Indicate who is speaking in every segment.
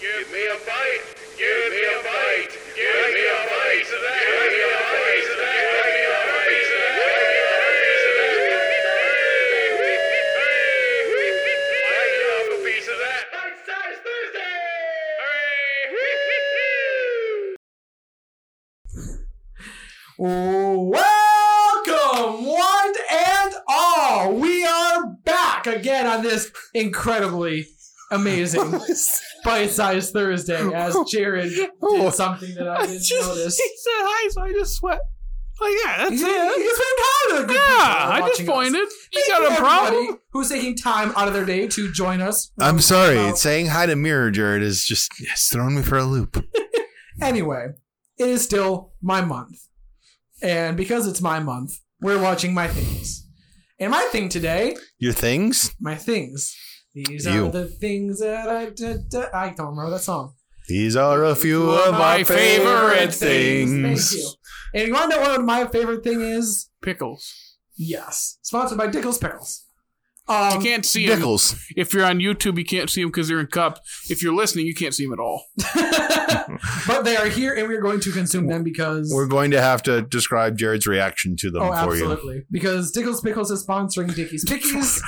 Speaker 1: Give me a bite. Give me a bite. Give me a bite. Give me a bite. Give me a bite. I love a piece of that. Bite size Thursday. Hooray.
Speaker 2: Welcome, one and all. We are back again on this incredibly amazing bite sized Thursday as Jared
Speaker 3: Oh.
Speaker 2: did something that I didn't notice.
Speaker 3: he said hi, so I just sweat. Like, yeah, that's
Speaker 2: He's been
Speaker 3: it.
Speaker 2: kind of
Speaker 3: Yeah, I just pointed. You got a problem?
Speaker 2: Who's taking time out of their day to join us? Um,
Speaker 4: I'm sorry.
Speaker 2: Well-
Speaker 4: Saying hi to Mirror Jared is just it's thrown me for a loop.
Speaker 2: Anyway, it is still my month. And because it's my month, we're watching my things. And my thing today
Speaker 4: Your things?
Speaker 2: my things. These
Speaker 4: You.
Speaker 2: are the things that I did. did- I don't remember that song.
Speaker 4: These are a few of my favorite
Speaker 2: Thank you.
Speaker 4: things.
Speaker 2: And you want to know what my favorite thing is?
Speaker 3: Pickles.
Speaker 2: Yes, sponsored by Dickles Pickles. Um,
Speaker 3: You can't see them.
Speaker 4: Pickles.
Speaker 3: If you're on YouTube, you can't see them because they're in cups. If you're listening, you can't see them at all.
Speaker 2: but they are here, and we are going to consume them because
Speaker 4: We're going to have to describe Jared's reaction to them
Speaker 2: oh,
Speaker 4: for you.
Speaker 2: absolutely because Dickles Pickles is sponsoring Dickies Pickies,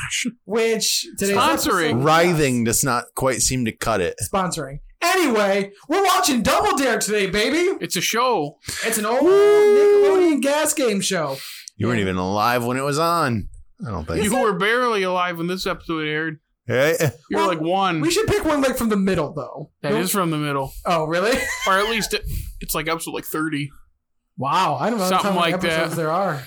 Speaker 2: which today's
Speaker 3: Sponsoring.
Speaker 2: episode-
Speaker 4: Writhing does not quite seem to cut it.
Speaker 2: sponsoring. Anyway, we're watching Double Dare today, baby.
Speaker 3: It's a show.
Speaker 2: It's an old Nickelodeon gas game show.
Speaker 4: You weren't even alive when it was on. I don't think.
Speaker 3: You were barely alive when this episode aired.
Speaker 4: Hey,
Speaker 3: You're
Speaker 2: Well,
Speaker 3: like one.
Speaker 2: We should pick one like from the middle though.
Speaker 3: that
Speaker 2: Don't-
Speaker 3: is from the middle,
Speaker 2: Oh, really?
Speaker 3: or at least it, it's like episode like thirty.
Speaker 2: Wow, I don't know
Speaker 3: Something
Speaker 2: how many
Speaker 3: like that.
Speaker 2: episodes there are.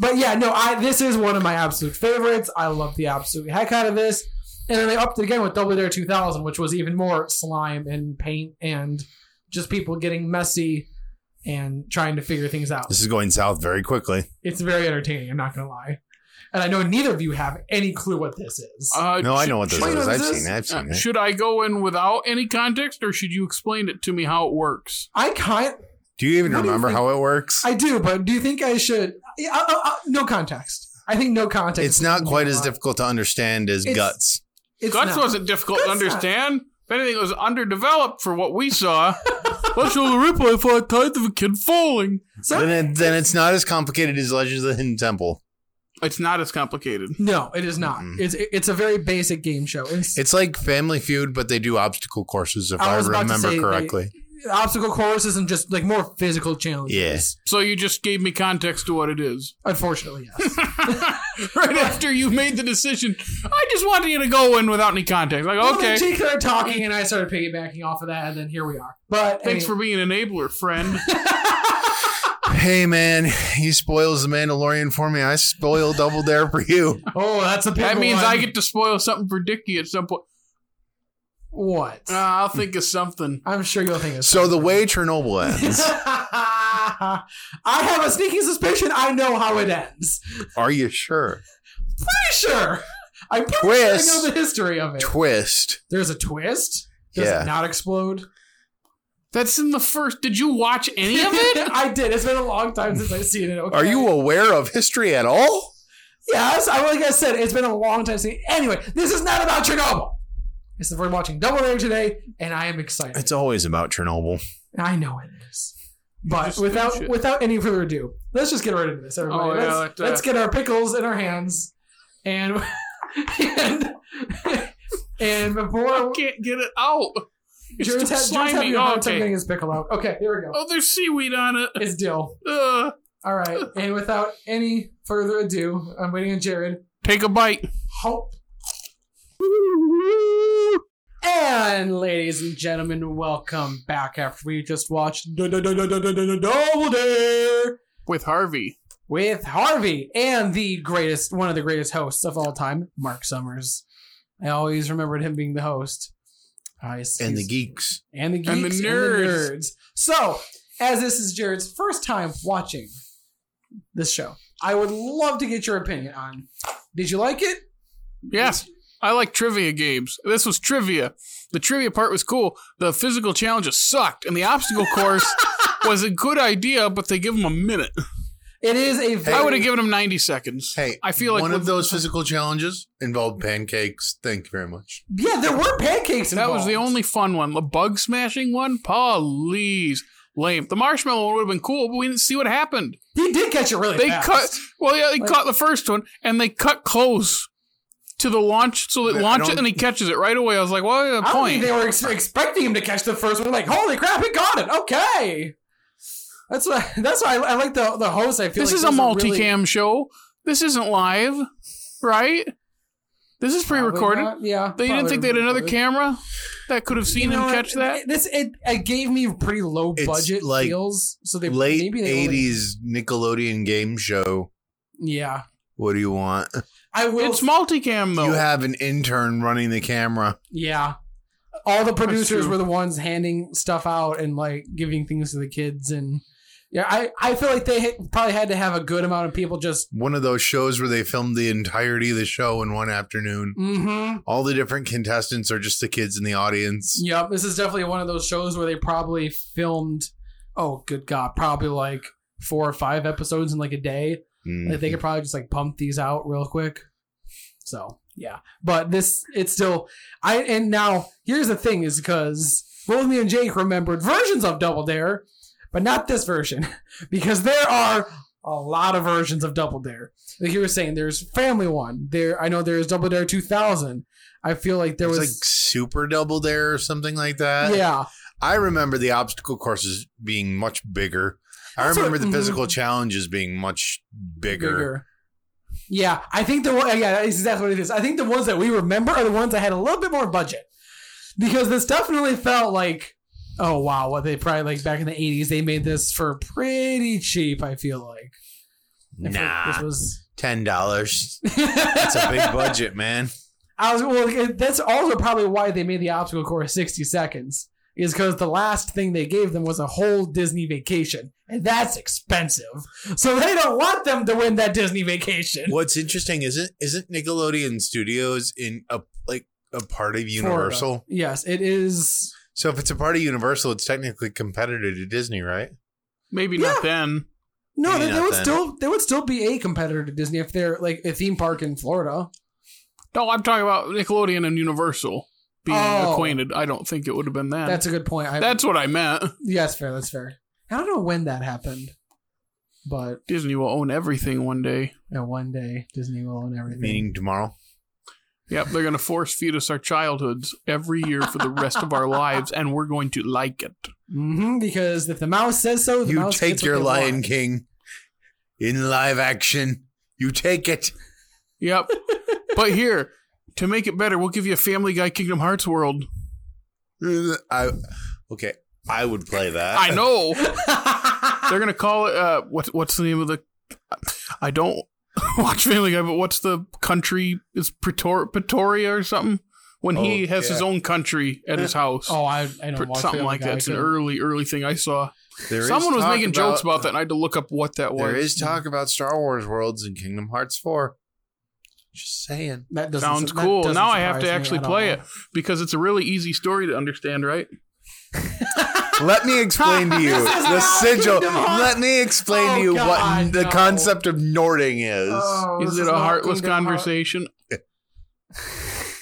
Speaker 2: But yeah, no, I this is one of my absolute favorites. I love the absolute heck out of this. And then they upped it again with Double Dare 2000, which was even more slime and paint and just people getting messy and trying to figure things out.
Speaker 4: this is going south very quickly.
Speaker 2: It's very entertaining, I'm not going to lie. And I know neither of you have any clue what this is.
Speaker 3: Uh,
Speaker 4: No, I
Speaker 3: should-
Speaker 4: know what this
Speaker 2: Wait,
Speaker 4: is.
Speaker 2: what
Speaker 4: I've
Speaker 2: is
Speaker 4: seen
Speaker 2: this?
Speaker 4: it. I've seen
Speaker 3: uh,
Speaker 4: it.
Speaker 3: should I go in without any context, or should you explain it to me how it works?
Speaker 2: I kind
Speaker 4: Do you even
Speaker 2: What do you
Speaker 4: remember
Speaker 2: think-
Speaker 4: how it works?
Speaker 2: I do, but do you think I should I, I, I, no context. I think no context.
Speaker 4: It's
Speaker 2: is
Speaker 4: not
Speaker 2: gonna
Speaker 4: quite
Speaker 2: be a
Speaker 4: as
Speaker 2: lot.
Speaker 4: difficult to understand as
Speaker 2: It's-
Speaker 4: guts.
Speaker 2: It's
Speaker 3: Guts
Speaker 2: not.
Speaker 3: wasn't difficult to
Speaker 2: Guts not.
Speaker 3: understand. If anything, it was underdeveloped for what we saw. Let's show the replay for a type of a kid falling.
Speaker 2: So-
Speaker 4: then, it, then it's not as complicated as Legends of the Hidden Temple.
Speaker 3: It's not as complicated.
Speaker 2: No, it is not.
Speaker 4: Mm-mm.
Speaker 2: It's it's a very basic game show. It's,
Speaker 4: It's like Family Feud, but they do obstacle courses, if
Speaker 2: I
Speaker 4: I,
Speaker 2: was about to say
Speaker 4: remember
Speaker 2: they-
Speaker 4: correctly.
Speaker 2: obstacle courses and just like more physical challenges.
Speaker 4: Yes.
Speaker 3: So you just gave me context to what it is.
Speaker 2: Unforately, yes.
Speaker 3: right after you made the decision, I just wanted you to go in without any context. Like,
Speaker 2: Well, then
Speaker 3: okay,
Speaker 2: Jake and I are talking, and I started piggybacking off of that, and then here we are. But
Speaker 3: thanks for being an enabler, friend.
Speaker 4: hey, man, he spoils The Mandalorian for me. I spoil Double Dare for you.
Speaker 2: oh, that's a big
Speaker 3: that means
Speaker 2: one.
Speaker 3: I get to spoil something for Dickie at some point.
Speaker 2: what?
Speaker 3: Uh, I'll think of something.
Speaker 2: I'm sure you'll think of
Speaker 4: So the
Speaker 2: something.
Speaker 4: way Chernobyl ends.
Speaker 2: I have a sneaking suspicion. I know how it ends.
Speaker 4: Are you sure?
Speaker 2: Pretty sure. I'm pretty sure I
Speaker 4: Twist.
Speaker 2: know the history of it.
Speaker 4: Twist.
Speaker 2: There's a twist. Does
Speaker 4: Yeah.
Speaker 2: it not explode?
Speaker 3: That's in the first. Did you watch any of it?
Speaker 2: I did. It's been a long time since I've seen it. Okay?
Speaker 4: Are you aware of history at all?
Speaker 2: Yes, I like I said, it's been a long time since. Anyway, this is not about Chernobyl. This is we're watching Double Dare today, and I am excited.
Speaker 4: It's always about Chernobyl.
Speaker 2: I know it is, but
Speaker 3: just
Speaker 2: without
Speaker 3: finish it.
Speaker 2: without any further ado, let's just get right into this, everybody.
Speaker 3: Oh, yeah,
Speaker 2: let's,
Speaker 3: let's, uh,
Speaker 2: let's get our pickles in our hands, and and and
Speaker 3: I
Speaker 2: before
Speaker 3: can't get it out. It's
Speaker 2: Jared's,
Speaker 3: too
Speaker 2: had, Jared's having
Speaker 3: slimy.
Speaker 2: a
Speaker 3: Oh,
Speaker 2: hard time
Speaker 3: okay.
Speaker 2: getting his pickle out. Okay, here we go.
Speaker 3: Oh, there's seaweed on it.
Speaker 2: It's dill.
Speaker 3: Uh,
Speaker 2: All right, and without any further ado, I'm waiting on Jared.
Speaker 3: take a bite.
Speaker 2: Hope. And ladies and gentlemen, welcome back after we just watched Du- Du- Du- Du- Du- Du- Du- Du- Double Dare
Speaker 3: With Harvey.
Speaker 2: with Harvey and the greatest, one of the greatest hosts of all time, Mark Summers. I always remembered him being the host. Uh, he's-
Speaker 4: And the
Speaker 2: he's-
Speaker 4: geeks.
Speaker 2: and the geeks
Speaker 3: And the nerds.
Speaker 2: nerds. So, as this is Jared's first time watching this show, I would love to get your opinion on. Did you like it?
Speaker 3: Yes. I like trivia games. This was trivia. The trivia part was cool. The physical challenges sucked, and the obstacle course was a good idea, but they give them a minute.
Speaker 2: It is a very,
Speaker 3: I would have given him 90 seconds.
Speaker 4: Hey,
Speaker 3: I feel like
Speaker 4: one of
Speaker 3: with-
Speaker 4: those physical challenges involved pancakes. Thank you very much.
Speaker 2: Yeah, there were pancakes.
Speaker 3: That was the
Speaker 2: involved.
Speaker 3: only fun one. The bug smashing one? Please. Lame. The marshmallow one would have been cool, but we didn't see what happened.
Speaker 2: He did catch it really.
Speaker 3: They
Speaker 2: fast.
Speaker 3: cut. Well, yeah, they
Speaker 2: Like-
Speaker 3: caught the first one, and they cut close to the launch, so they
Speaker 4: I
Speaker 3: launch it
Speaker 4: don't-
Speaker 3: and he catches it right away. I was like, "What is the
Speaker 2: I don't think
Speaker 3: point?"
Speaker 2: they were ex- expecting him to catch the first one. Like, holy crap, he got it. Okay. That's why. That's why I, I like the the host. I feel
Speaker 3: This
Speaker 2: like
Speaker 3: is a
Speaker 2: doesn't
Speaker 3: multicam
Speaker 2: really-
Speaker 3: show. This isn't live, right? This is
Speaker 2: Probably
Speaker 3: pre-recorded.
Speaker 2: not, Yeah.
Speaker 3: They didn't
Speaker 2: probably
Speaker 3: think they had another
Speaker 2: recorded.
Speaker 3: camera that could have
Speaker 2: You
Speaker 3: seen
Speaker 2: know
Speaker 3: him
Speaker 2: what?
Speaker 3: catch that.
Speaker 2: It- This it, it gave me pretty low
Speaker 4: It's
Speaker 2: budget
Speaker 4: like
Speaker 2: feels. So they
Speaker 4: Late
Speaker 2: maybe they only-
Speaker 4: '80s Nickelodeon game show.
Speaker 2: yeah.
Speaker 4: What do you want?
Speaker 2: I will.
Speaker 3: It's multicam though.
Speaker 4: You have an intern running the camera.
Speaker 2: yeah. All the producers
Speaker 3: true.
Speaker 2: were the ones handing stuff out and like giving things to the kids and yeah. I I feel like they had- probably had to have a good amount of people just.
Speaker 4: One of those shows where they filmed the entirety of the show in one afternoon.
Speaker 2: Mm-hmm.
Speaker 4: All the different contestants are just the kids in the audience.
Speaker 2: Yep, this is definitely one of those shows where they probably filmed. Oh, good God! Probably like four or five episodes in like a day.
Speaker 4: Mm-hmm.
Speaker 2: Like they could probably just like pump these out real quick. So yeah, but this it's still I and now here's the thing is because Willem and Jake remembered versions of Double Dare, but not this version because there are a lot of versions of Double Dare. Like you were saying, there's Family One. There, I know there's Double Dare 2000. I feel like there
Speaker 4: It's
Speaker 2: was.
Speaker 4: like Super Double Dare or something like uh, that.
Speaker 2: yeah,
Speaker 4: I remember the obstacle courses being much bigger. I
Speaker 2: That's what-
Speaker 4: remember the
Speaker 2: mhm.
Speaker 4: physical challenges being much bigger.
Speaker 2: bigger. Yeah, I think the one. Yeah, that's exactly what it is. I think the ones that we remember are the ones that had a little bit more budget, because this definitely felt like, oh wow, what they probably like back in the '80s. They made this for pretty cheap. I feel like. I feel like
Speaker 4: Nah,
Speaker 2: this was.
Speaker 4: ten dollars. That's a big budget, man.
Speaker 2: I was well. it- That's also probably why they made the obstacle course 60 seconds. Is because the last thing they gave them was a whole Disney vacation, and that's expensive. So they don't want them to win that Disney vacation.
Speaker 4: What's interesting isn't isn't Nickelodeon Studios in a like a part
Speaker 2: Florida.
Speaker 4: of Universal?
Speaker 2: Yes, it is.
Speaker 4: So if it's a part of Universal, it's technically competitor to Disney, right?
Speaker 3: Maybe
Speaker 2: Yeah.
Speaker 3: not then.
Speaker 2: No,
Speaker 4: Maybe
Speaker 2: they, they
Speaker 4: not
Speaker 2: would
Speaker 4: then.
Speaker 2: still they would still be a competitor to Disney if they're like a theme park in Florida.
Speaker 3: No, I'm talking about Nickelodeon and Universal being
Speaker 2: Oh.
Speaker 3: acquainted. I don't think it would have been that.
Speaker 2: That's a good point. I,
Speaker 3: That's what I meant.
Speaker 2: yeah, that's fair. That's fair. I don't know when that happened, but
Speaker 3: Disney will own everything one day.
Speaker 2: you know, one day Disney will own everything.
Speaker 4: Meaning tomorrow.
Speaker 3: Yep, they're going to force feed us our childhoods every year for the rest of our lives, and we're going to like it.
Speaker 2: hmm because if the mouse says so, the
Speaker 4: you
Speaker 2: mouse
Speaker 4: take
Speaker 2: gets what
Speaker 4: your
Speaker 2: they
Speaker 4: Lion
Speaker 2: want.
Speaker 4: King in live action. You take it.
Speaker 3: Yep. but here, to make it better, we'll give you a Family Guy Kingdom Hearts world.
Speaker 4: I okay. I would play
Speaker 2: Uh,
Speaker 4: that.
Speaker 3: I know. they're going to call it, uh, what, what's the name of the. I don't watch Family Guy, but what's the country? It's Pretor- Pretoria or something? When he
Speaker 4: Oh,
Speaker 3: has his
Speaker 4: yeah.
Speaker 3: own country at his house.
Speaker 2: Oh, I I don't
Speaker 3: Pre-
Speaker 2: watch
Speaker 3: something
Speaker 2: Family
Speaker 3: like
Speaker 2: Guy.
Speaker 3: that.
Speaker 2: I
Speaker 3: It's an
Speaker 2: couldn't-
Speaker 3: early, early thing I saw.
Speaker 4: There is
Speaker 3: Someone was
Speaker 4: talk
Speaker 3: making jokes about that, and I had to look up what that was.
Speaker 4: There is talk about Star Wars worlds and Kingdom Hearts four. Just saying.
Speaker 2: That doesn't-
Speaker 3: Sounds
Speaker 2: that
Speaker 3: cool.
Speaker 2: doesn't
Speaker 3: Now I have
Speaker 2: surprise
Speaker 3: to
Speaker 2: me
Speaker 3: actually
Speaker 2: at
Speaker 3: play
Speaker 2: all.
Speaker 3: it because it's a really easy story to understand, right?
Speaker 4: Let me explain to you the sigil.
Speaker 2: Kingdom Hearts.
Speaker 4: Let me explain
Speaker 2: Oh,
Speaker 4: to you
Speaker 2: God,
Speaker 4: what the
Speaker 2: no.
Speaker 4: concept of Nording is.
Speaker 2: Oh,
Speaker 3: is
Speaker 2: this
Speaker 3: it a
Speaker 2: not
Speaker 3: heartless
Speaker 2: Kingdom Hearts.
Speaker 3: conversation?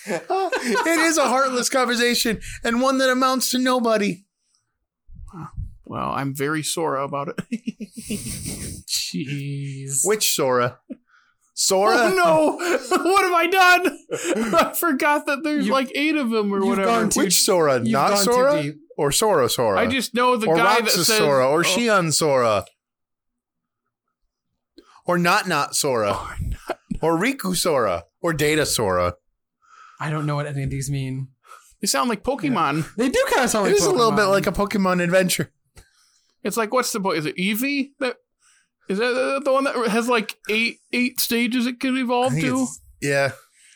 Speaker 4: it is a heartless conversation and one that amounts to nobody.
Speaker 3: Well, I'm very sore about it.
Speaker 2: Jeez.
Speaker 4: Which Sora? Sora?
Speaker 3: oh no! what have I done? I forgot that there's
Speaker 2: You've-
Speaker 3: like eight of them or
Speaker 2: you've
Speaker 3: whatever.
Speaker 2: gone too-
Speaker 4: Which Sora?
Speaker 2: You've
Speaker 4: Not
Speaker 2: gone too
Speaker 4: Sora?
Speaker 2: deep.
Speaker 4: Or Sora Sora?
Speaker 3: I just know the
Speaker 4: or
Speaker 3: guy that
Speaker 4: Roxas
Speaker 3: says
Speaker 4: Sora or
Speaker 3: Oh,
Speaker 4: Shion Sora. Or not not Sora.
Speaker 3: Oh,
Speaker 4: or Riku Sora. Or Data Sora.
Speaker 2: I don't know what any of these mean.
Speaker 3: They sound like Pokemon.
Speaker 2: They do kind
Speaker 3: Oh,
Speaker 2: of sound like
Speaker 4: it is a little bit
Speaker 2: Pokemon.
Speaker 4: like a Pokemon adventure.
Speaker 3: It's like what's the boy? Is it Eevee? That is that the- the one that has like eight eight stages it can evolve
Speaker 4: think
Speaker 3: to?
Speaker 4: it's- Yeah.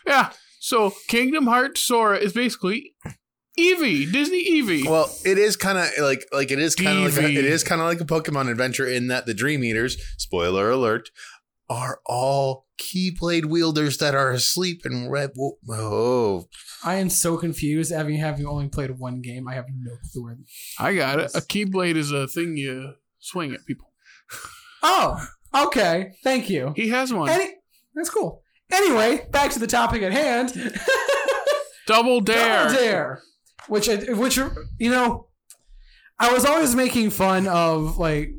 Speaker 3: Yeah. So Kingdom Hearts Sora is basically Eevee, Disney Eevee.
Speaker 4: Well, it is kind of like like it is kind of like a,
Speaker 3: DV.
Speaker 4: it is kind of like a Pokemon adventure in that the Dream Eaters, spoiler alert, are all keyblade wielders that are asleep and red. wo- Oh,
Speaker 2: I am so confused. Having having only played one game, I have no clue where.
Speaker 3: I got it. A keyblade is a thing you swing at people.
Speaker 2: Oh, Okay, thank you.
Speaker 3: He has one.
Speaker 2: Any- that's cool. Anyway, back to the topic at hand.
Speaker 3: Double dare.
Speaker 2: Double dare, which I, which you know, I was always making fun of like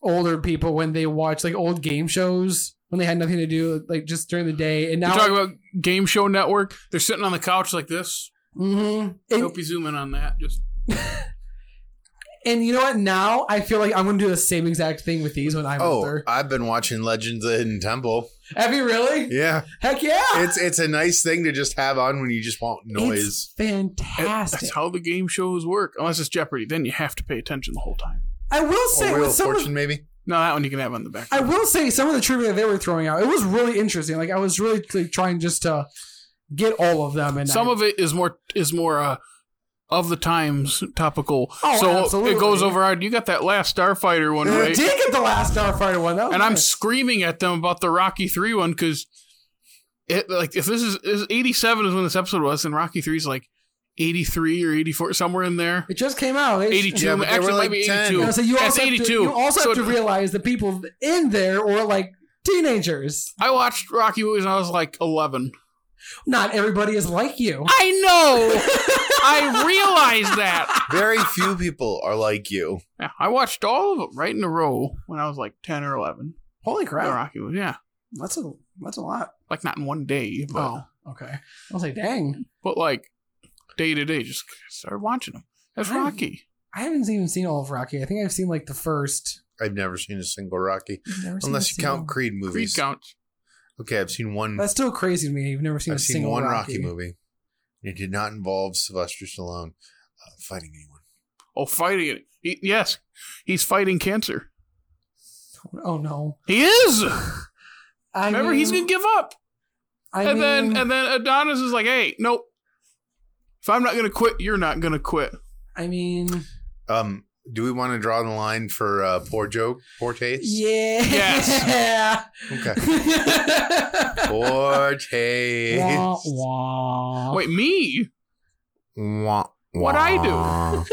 Speaker 2: older people when they watch like old game shows when they had nothing to do like just during the day and
Speaker 3: You
Speaker 2: now
Speaker 3: talk about game show network. They're sitting on the couch like this.
Speaker 2: Mhm.
Speaker 3: I
Speaker 2: And-
Speaker 3: hope you zoom in on that. Just
Speaker 2: And you know what? Now I feel like I'm gonna do the same exact thing with these when I'm
Speaker 4: Oh,
Speaker 2: older.
Speaker 4: I've been watching Legends of the Hidden Temple.
Speaker 2: Have you really?
Speaker 4: Yeah,
Speaker 2: Heck yeah!
Speaker 4: it's it's a nice thing to just have on when you just want
Speaker 2: It's
Speaker 4: noise.
Speaker 2: fantastic.
Speaker 3: that's how the game shows work. Unless it's Jeopardy, then you have to pay attention the whole time.
Speaker 2: I will say
Speaker 4: Or Wheel
Speaker 2: with
Speaker 4: of
Speaker 2: some
Speaker 4: Fortune,
Speaker 2: of,
Speaker 4: maybe.
Speaker 3: No, that one you can have on the back.
Speaker 2: I will say some of the trivia they were throwing out. It was really interesting. Like I was really like, trying just to get all of them. And
Speaker 3: Some
Speaker 2: I-
Speaker 3: of it is more is more uh, of the times topical.
Speaker 2: Oh,
Speaker 3: so
Speaker 2: absolutely.
Speaker 3: it goes over. our- You got that last Starfighter one
Speaker 2: I
Speaker 3: right,
Speaker 2: did get the last Starfighter one. That was
Speaker 3: and I'm
Speaker 2: nice.
Speaker 3: screaming at them about the Rocky Three one because it like if this is, is 87 is when this episode was, and Rocky Three is like 83 or 84 somewhere in there.
Speaker 2: It just came out. It's-
Speaker 3: 82.
Speaker 4: Yeah, but they
Speaker 3: Actually,
Speaker 4: were
Speaker 3: it
Speaker 4: like
Speaker 3: might be
Speaker 4: 10.
Speaker 3: 82.
Speaker 2: Yeah, so you
Speaker 3: That's
Speaker 2: also have
Speaker 3: 82.
Speaker 2: To, you also
Speaker 3: So
Speaker 2: have to realize the people in there were like teenagers.
Speaker 3: I watched Rocky movies when I was like 11.
Speaker 2: Not everybody is like you.
Speaker 3: I know. I realized that.
Speaker 4: Very few people are like you.
Speaker 3: Yeah, I watched all of them right in a row when I was like 10 or 11.
Speaker 2: Holy
Speaker 3: The
Speaker 2: crap!
Speaker 3: Rocky movies, yeah.
Speaker 2: That's a that's a lot.
Speaker 3: Like not in one day, but,
Speaker 2: Oh, okay. I was like, dang,
Speaker 3: but like day to day, just started watching them. That's
Speaker 2: I-
Speaker 3: Rocky.
Speaker 2: I haven't even seen all of Rocky. I think I've seen like the first,
Speaker 4: I've never seen a single Rocky,
Speaker 2: I've never seen a
Speaker 4: unless you
Speaker 2: single-
Speaker 4: count Creed
Speaker 3: Creed
Speaker 4: movies.
Speaker 3: counts.
Speaker 4: Okay, I've seen one.
Speaker 2: That's still crazy to me. You've never seen
Speaker 4: I've
Speaker 2: a
Speaker 4: seen
Speaker 2: single
Speaker 4: one
Speaker 2: Rocky.
Speaker 4: Rocky, movie. It did not involve Sylvester Stallone uh, fighting anyone.
Speaker 3: Oh, fighting it. He, yes, he's fighting cancer.
Speaker 2: Oh no!
Speaker 3: He is.
Speaker 2: I
Speaker 3: Remember, he's
Speaker 2: mean-
Speaker 3: gonna give up,
Speaker 2: I mean,
Speaker 3: and then and then Adonis is like, "Hey, nope. If I'm not gonna quit, you're not gonna quit."
Speaker 2: I mean,
Speaker 4: Um, do we want to draw the line for uh, poor joke, poor taste?
Speaker 2: yeah,
Speaker 4: Okay.
Speaker 2: yeah.
Speaker 4: Poor taste.
Speaker 2: wah, wah.
Speaker 3: Wait, me?
Speaker 4: Wah,
Speaker 3: What I do.
Speaker 4: wah.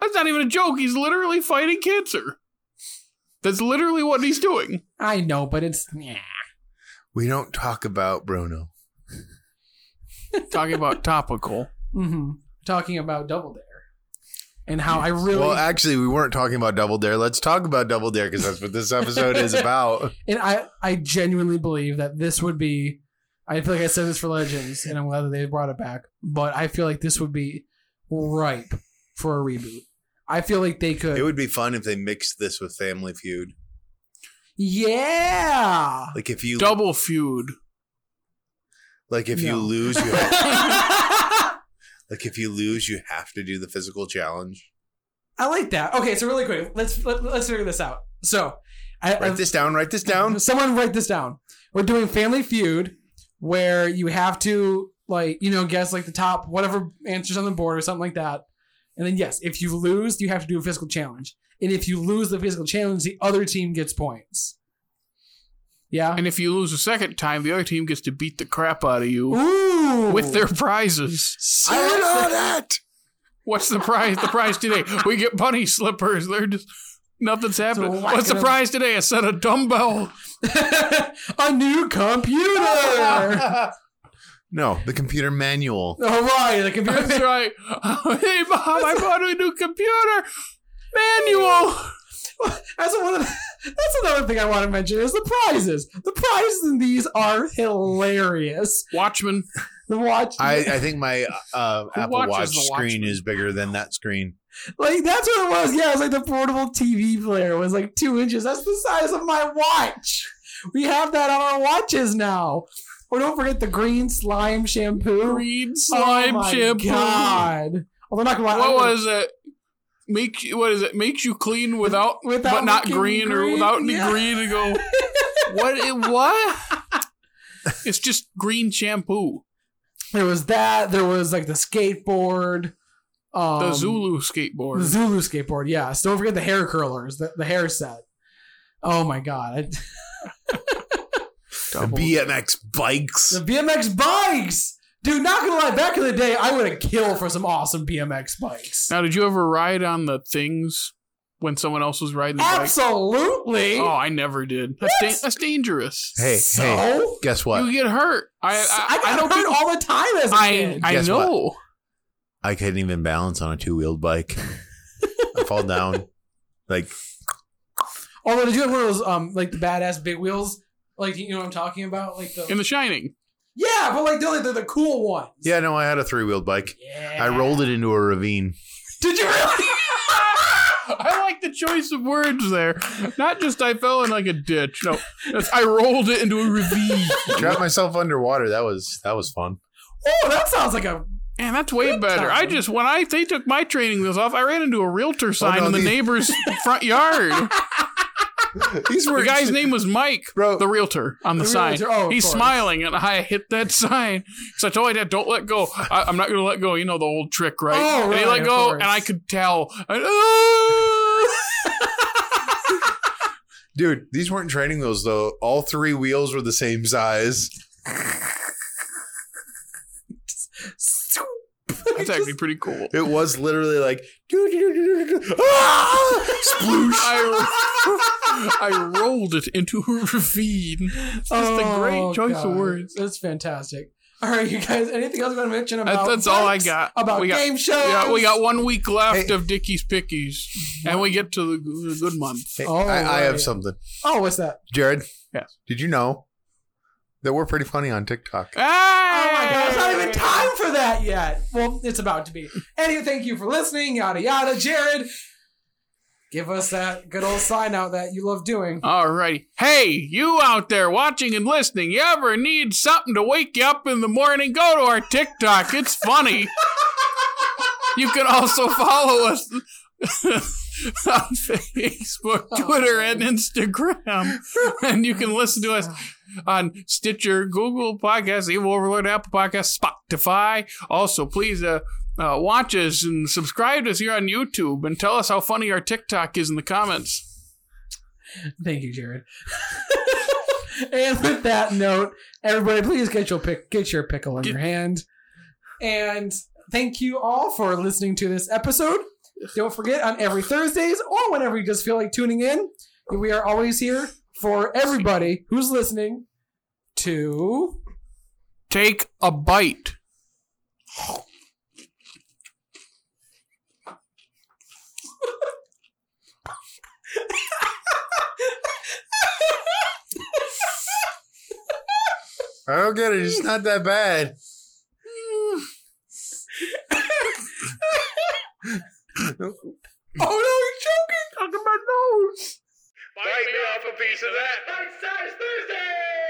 Speaker 3: That's not even a joke. He's literally fighting cancer. That's literally what he's doing.
Speaker 2: I know, but it's yeah.
Speaker 4: We don't talk about Bruno.
Speaker 3: Talking about topical.
Speaker 2: hmm Talking about Double Dare and how I really
Speaker 4: Well, actually, we weren't talking about Double Dare. Let's talk about Double Dare because that's what this episode is about.
Speaker 2: and I I genuinely believe that this would be. I feel like I said this for Legends, and I'm glad that they brought it back. But I feel like this would be ripe for a reboot. I feel like they could.
Speaker 4: It would be fun if they mixed this with Family Feud.
Speaker 2: yeah.
Speaker 4: Like if you
Speaker 3: Double feud.
Speaker 4: like if you
Speaker 2: No.
Speaker 4: lose, you have,
Speaker 2: I
Speaker 4: like if you lose, you have to do the physical challenge.
Speaker 2: like that. Okay, so really quick, let's let, let's figure this out. So, I,
Speaker 4: Write
Speaker 2: I-
Speaker 4: this down. Write this down.
Speaker 2: Someone write this down. We're doing Family Feud, where you have to like you know guess like the top whatever answers on the board or something like that. And then yes, if you lose, you have to do a physical challenge. And if you lose the physical challenge, the other team gets points. Yeah.
Speaker 3: And if you lose a second time, the other team gets to beat the crap out of you
Speaker 2: Ooh.
Speaker 3: with their prizes.
Speaker 4: I know that.
Speaker 3: What's the prize? The prize today. We get bunny slippers. They're just nothing's happening.
Speaker 2: whacking
Speaker 3: What's the
Speaker 2: them.
Speaker 3: prize today? A set of dumbbell.
Speaker 2: a new computer.
Speaker 4: No, the computer manual.
Speaker 2: All right, the computer.
Speaker 3: That's right. hey Bob, I bought a new computer. Manual.
Speaker 2: That's one of the, that's another thing I want to mention is the prizes. The prizes in these are hilarious.
Speaker 3: Watchman.
Speaker 2: The watch,
Speaker 4: I, I think my uh,
Speaker 3: Who
Speaker 4: Apple
Speaker 3: watches
Speaker 4: Watch
Speaker 3: the
Speaker 4: screen is bigger than that screen.
Speaker 2: like that's what it was. Yeah, it was like the portable TV player was like two inches. That's the size of my watch. We have that on our watches now. Or don't forget the green slime shampoo.
Speaker 3: Green
Speaker 2: oh
Speaker 3: slime
Speaker 2: my
Speaker 3: shampoo.
Speaker 2: God. Although not gonna lie,
Speaker 3: What
Speaker 2: I
Speaker 3: was it? Make you- what is it? Makes you clean without,
Speaker 2: Without
Speaker 3: but not
Speaker 2: looking
Speaker 3: green, or
Speaker 2: green,
Speaker 3: without
Speaker 2: yeah.
Speaker 3: the green to go. what? It, what? It's just green shampoo.
Speaker 2: There was that. There was like the skateboard. Um,
Speaker 3: The Zulu
Speaker 2: The
Speaker 3: skateboard.
Speaker 2: Zulu skateboard, yes. Don't forget the hair curlers, the, the hair set. Oh my god.
Speaker 4: The BMX bikes.
Speaker 2: The BMX bikes! Dude, not gonna lie, back in the day, I would have killed for some awesome BMX bikes.
Speaker 3: Now, did you ever ride on the things when someone else was riding the bike.
Speaker 2: Absolutely.
Speaker 3: Oh, I never did. That's,
Speaker 2: What?
Speaker 3: da- that's dangerous.
Speaker 4: Hey,
Speaker 2: So?
Speaker 4: hey, guess what?
Speaker 3: You get hurt. I
Speaker 2: I,
Speaker 3: I, I,
Speaker 2: got
Speaker 3: know
Speaker 2: hurt
Speaker 3: people.
Speaker 2: all the time as a
Speaker 3: I,
Speaker 2: kid.
Speaker 3: I
Speaker 4: Guess
Speaker 3: know.
Speaker 4: I couldn't even balance on a two wheeled bike. I fall down. Like,
Speaker 2: Although, did you have one of those um like the badass big wheels? Like you know what I'm talking about? Like the
Speaker 3: In The Shining.
Speaker 2: yeah, but like they're like they're the cool ones.
Speaker 4: yeah, no, I had a three wheeled bike.
Speaker 2: Yeah.
Speaker 4: I rolled it into a ravine.
Speaker 2: Did you really?
Speaker 3: I like the choice of words there. Not just I fell in like a ditch. No, that's, I rolled it into a ravine.
Speaker 4: Trapped myself underwater. That was that was fun.
Speaker 2: Oh, that sounds like a
Speaker 3: Man, that's way
Speaker 2: Good
Speaker 3: better. I
Speaker 2: time.
Speaker 3: just when I they took my training wheels off, I ran into a realtor sign
Speaker 4: no,
Speaker 3: in the
Speaker 4: these-
Speaker 3: neighbor's front yard.
Speaker 4: These
Speaker 3: The guy's name was Mike,
Speaker 4: Bro.
Speaker 3: the realtor on the,
Speaker 2: The
Speaker 3: sign.
Speaker 2: realtor, oh, of
Speaker 3: He's
Speaker 2: course.
Speaker 3: smiling, and I hit that sign. So I told my dad, "Don't let go. I, I'm not going to let go." You know the old trick, right?
Speaker 2: Oh,
Speaker 3: and he
Speaker 2: right,
Speaker 3: let
Speaker 2: of
Speaker 3: go,
Speaker 2: course.
Speaker 3: and I could tell. I-
Speaker 4: Dude, these weren't training wheels though. All three wheels were the same size.
Speaker 3: that's actually pretty cool.
Speaker 4: It was literally like ah! sploosh.
Speaker 3: I, I rolled it into a ravine. It's just a great
Speaker 2: Oh,
Speaker 3: choice of
Speaker 2: God.
Speaker 3: words.
Speaker 2: That's fantastic. All right, you guys. Anything else you want to mention about?
Speaker 3: That's, that's all I
Speaker 2: books?
Speaker 3: got.
Speaker 2: About
Speaker 3: we got,
Speaker 2: game shows.
Speaker 3: Yeah, we got one week left
Speaker 4: Hey.
Speaker 3: of Dickie's Pickies, and we get to the, the good month.
Speaker 4: Hey,
Speaker 2: Oh,
Speaker 4: I, I have
Speaker 2: right.
Speaker 4: something.
Speaker 2: Oh, what's that?
Speaker 4: Jared.
Speaker 3: Yes.
Speaker 4: Did you know that we're pretty funny on TikTok?
Speaker 2: Oh my god, it's not even time for that yet. Well, it's about to be. Anyway, thank you for listening. Yada yada. Jared, give us that good old sign out that you love doing.
Speaker 3: Alrighty. Hey, you out there watching and listening, you ever need something to wake you up in the morning? Go to our TikTok. It's funny. you can also follow us on Facebook, Twitter, and Instagram. And you can listen to us on Stitcher, Google Podcasts, Evil Overlord, Apple Podcasts, Spotify. Also, please uh, uh, watch us and subscribe to us here on YouTube and tell us how funny our TikTok is in the comments.
Speaker 2: Thank you, Jared. and with that note, everybody, please get your pick, get your pickle in
Speaker 3: Get-
Speaker 2: your hand. And thank you all for listening to this episode. Don't forget on every Thursdays or whenever you just feel like tuning in, we are always here for everybody who's listening to.
Speaker 3: Take a bite.
Speaker 4: I don't get it. It's not that bad.
Speaker 2: Oh no, he's choking! Talking about nose.
Speaker 1: Bite me off a piece of that. Bite size Thursday.